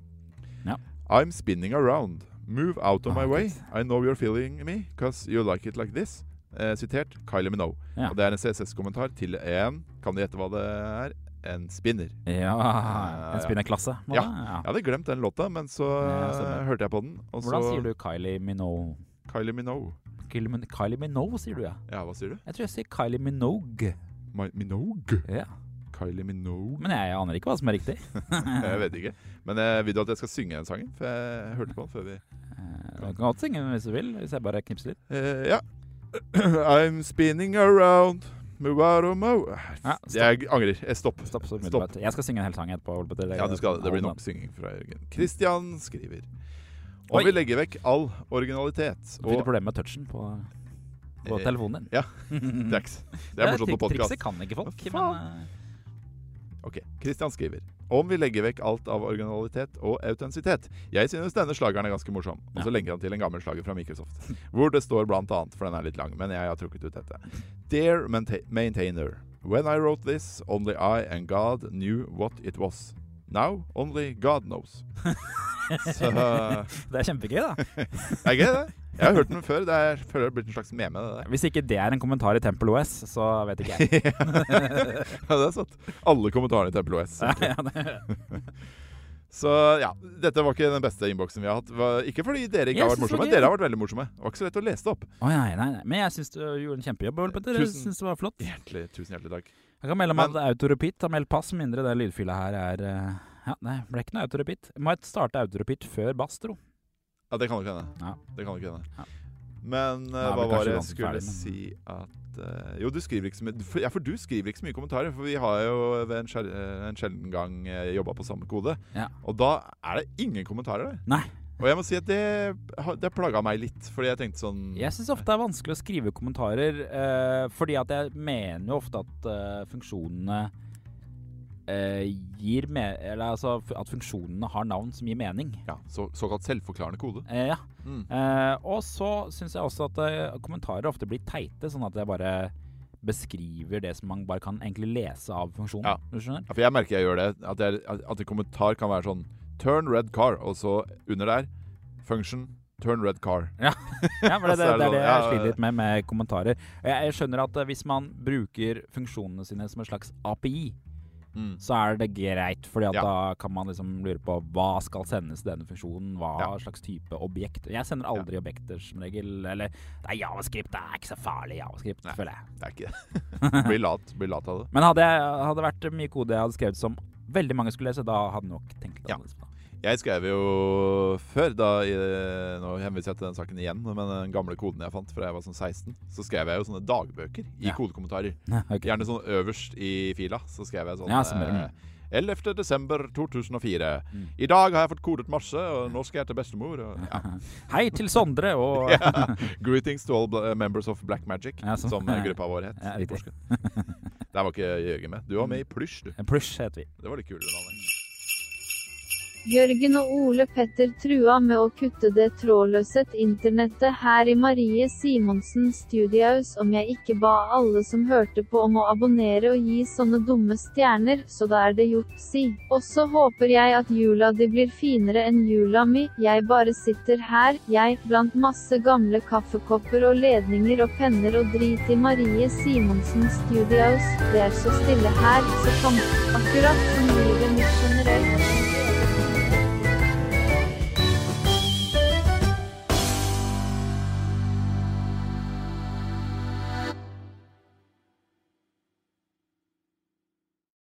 Ja.
I'm spinning around. Move out of
Ah,
my way.
fint.
I know you're feeling me, cause you like it like this. Eh, sitert Kylie Minogue.
Ja.
Og det er en CSS-kommentar til en Kan de gjette hva det er? En spinner. Ja,
ja.
ja.
En spinneklasse. må
Eh, Ja.
det? ja.
Jeg hadde glemt den låta, men så
Ja, stemmer.
eh, hørte jeg på den. Og
Hvordan
så
sier du Kylie Minogue?
Kylie Minogue.
Kylie, Min Kylie Minogue, sier du, ja.
Ja, hva sier du?
Jeg tror jeg sier Kylie Minogue.
Mi- Minogue?
Ja.
Kylie Minogue?
Men jeg aner ikke hva som er
(laughs)
riktig.
Jeg vet ikke. Men eh, vil du at jeg skal synge den sangen? For jeg hørte på den før vi
Eh, Du kan godt synge den hvis du vil, hvis jeg bare knipser litt.
Eh, Ja. (clears throat) I'm spinning around Move out of my
Ja,
Jeg angrer. Eh, Stopp.
Stopp. så
Stopp.
umiddelbart. Jeg skal synge en hel sang etterpå. Ole Petter.
Ja, du skal, det blir nok synging fra Jørgen. Christian skriver Og vi
Oi.
legger vekk all originalitet
Du fikk
og
problemer med touchen på, på
Eh,
telefonen din. (laughs)
ja. Det er ikke s- det er morsomt på
trik-
podkast.
Trikset kan ikke folk,
Hva
men
faen? Ok, Christian skriver Om vi legger vekk alt av originalitet og autentisitet Jeg synes denne slageren er ganske morsom Og så lenker han til en gammel slager fra Microsoft (laughs) Hvor det står blant annet, for den er litt lang Men jeg har trukket ut dette Dear mainta- maintainer When I wrote this, only I and God knew what it was Now, only God knows Så,
eh, (laughs) det er kjempegøy, da.
er ikke det? Jeg har hørt den før, det er, føler det har blitt en slags meme det der
(laughs) Hvis ikke det er en kommentar i Temple OS, så vet ikke jeg.
(laughs) ja, det er sant. Alle kommentarene i Tempel OS.
(laughs) ja, det,
Så ja, dette var ikke den beste innboksen vi har hatt. Hva- Ikke fordi dere ikke
Jeg
har vært
synes det var
morsomme.
gøy.
Dere har vært veldig morsomme. Det var ikke så lett å lese det opp.
Å, nei, nei, nei. Men jeg syns du gjorde en kjempejobb, Ole Petter. Jeg
Tusen-
syns det var flott.
Hjertelig, Tusen hjertelig takk.
Jeg kan melde om at
Men-
autorepeat har meldt pass, mindre det lydfila her er eh, Ja, det ble ikke noe autorepeat. Might starte autorepeat før Bastro.
Ja, det kan nok hende.
Ja.
Det kan nok hende.
Ja.
Men eh, hva
Da er vi kanskje
var det jeg
uansett
skulle
ferdig, men-
si at eh, Jo, du skriver ikke så mye for, Ja, for du skriver ikke så mye kommentarer. For vi har jo ved en, sjel, en sjelden gang jobba på samme kode.
Ja.
Og da er det ingen kommentarer der.
Nei.
Og jeg må si at det, har- det plaga meg litt, fordi jeg tenkte sånn
Jeg syns ofte det er vanskelig å skrive kommentarer, eh, fordi at jeg mener jo ofte at eh, funksjonene eh, gir me Eller altså f- at funksjonene har navn som gir mening.
ja, så, Såkalt selvforklarende kode.
Eh, ja.
Mm.
Eh, og så syns jeg også at eh, kommentarer ofte blir teite, sånn at jeg bare beskriver det som man bare kan egentlig lese av funksjonen.
Ja.
Du skjønner?
Ja, for jeg merker jeg gjør det. At, jeg, at at en kommentar kan være sånn Turn red car, og så under der Function turn red car.
Ja, for
(laughs)
det, det,
Så er det
det er det
sånn,
jeg
ja,
sliter litt med med kommentarer. Jeg, jeg skjønner at eh, hvis man bruker funksjonene sine som en slags API,
Mm.
så er det greit, fordi at
Ja.
da kan man liksom lure på hva skal sendes til denne funksjonen, hva
Ja.
slags type objekt. Jeg sender aldri objekter som regel, eller det er javascript, det er ikke så farlig javascript,
Nei.
føler jeg.
Det er ikke (laughs) det. Blir lat, blir lat av det.
Men hadde jeg- hadde det vært mye kode jeg hadde skrevet som veldig mange skulle lese, da hadde jeg nok tenkt litt
Ja.
annerledes på det.
Jeg skrev jo før, da i, nå henviser jeg til den saken igjen, men den gamle koden jeg fant fra jeg var sånn 16, så skrev jeg jo sånne dagbøker i
Ja.
kodekommentarer.
(laughs) Ok.
Gjerne sånn øverst i fila, så skrev jeg sånn
Ja, stemmer.
eh, 11. desember 2004.
Mm.
I dag har jeg fått kodet masse, og nå skal jeg til bestemor. Og, ja.
Hei til Sondre og
(laughs) Ja. Greetings to all bla- members of Black Magic,
Ja, som-
som, eh, gruppa vår het.
Ja, riktig.
Torsken. (laughs) Der var ikke Jørgen med. Du var med i Plysj, du.
Plush heter vi.
Det var litt kulere navn.
Jørgen og Ole Petter trua med å kutte det trådløset internettet her i Marie Simonsen Studios om jeg ikke ba alle som hørte på om å abonnere og gi sånne dumme stjerner, så da er det gjort, si. Og så håper jeg at jula di blir finere enn jula mi, jeg bare sitter her, jeg, blant masse gamle kaffekopper og ledninger og penner og drit i Marie Simonsen Studios, det er så stille her, så kom, akkurat som livet mitt generelt.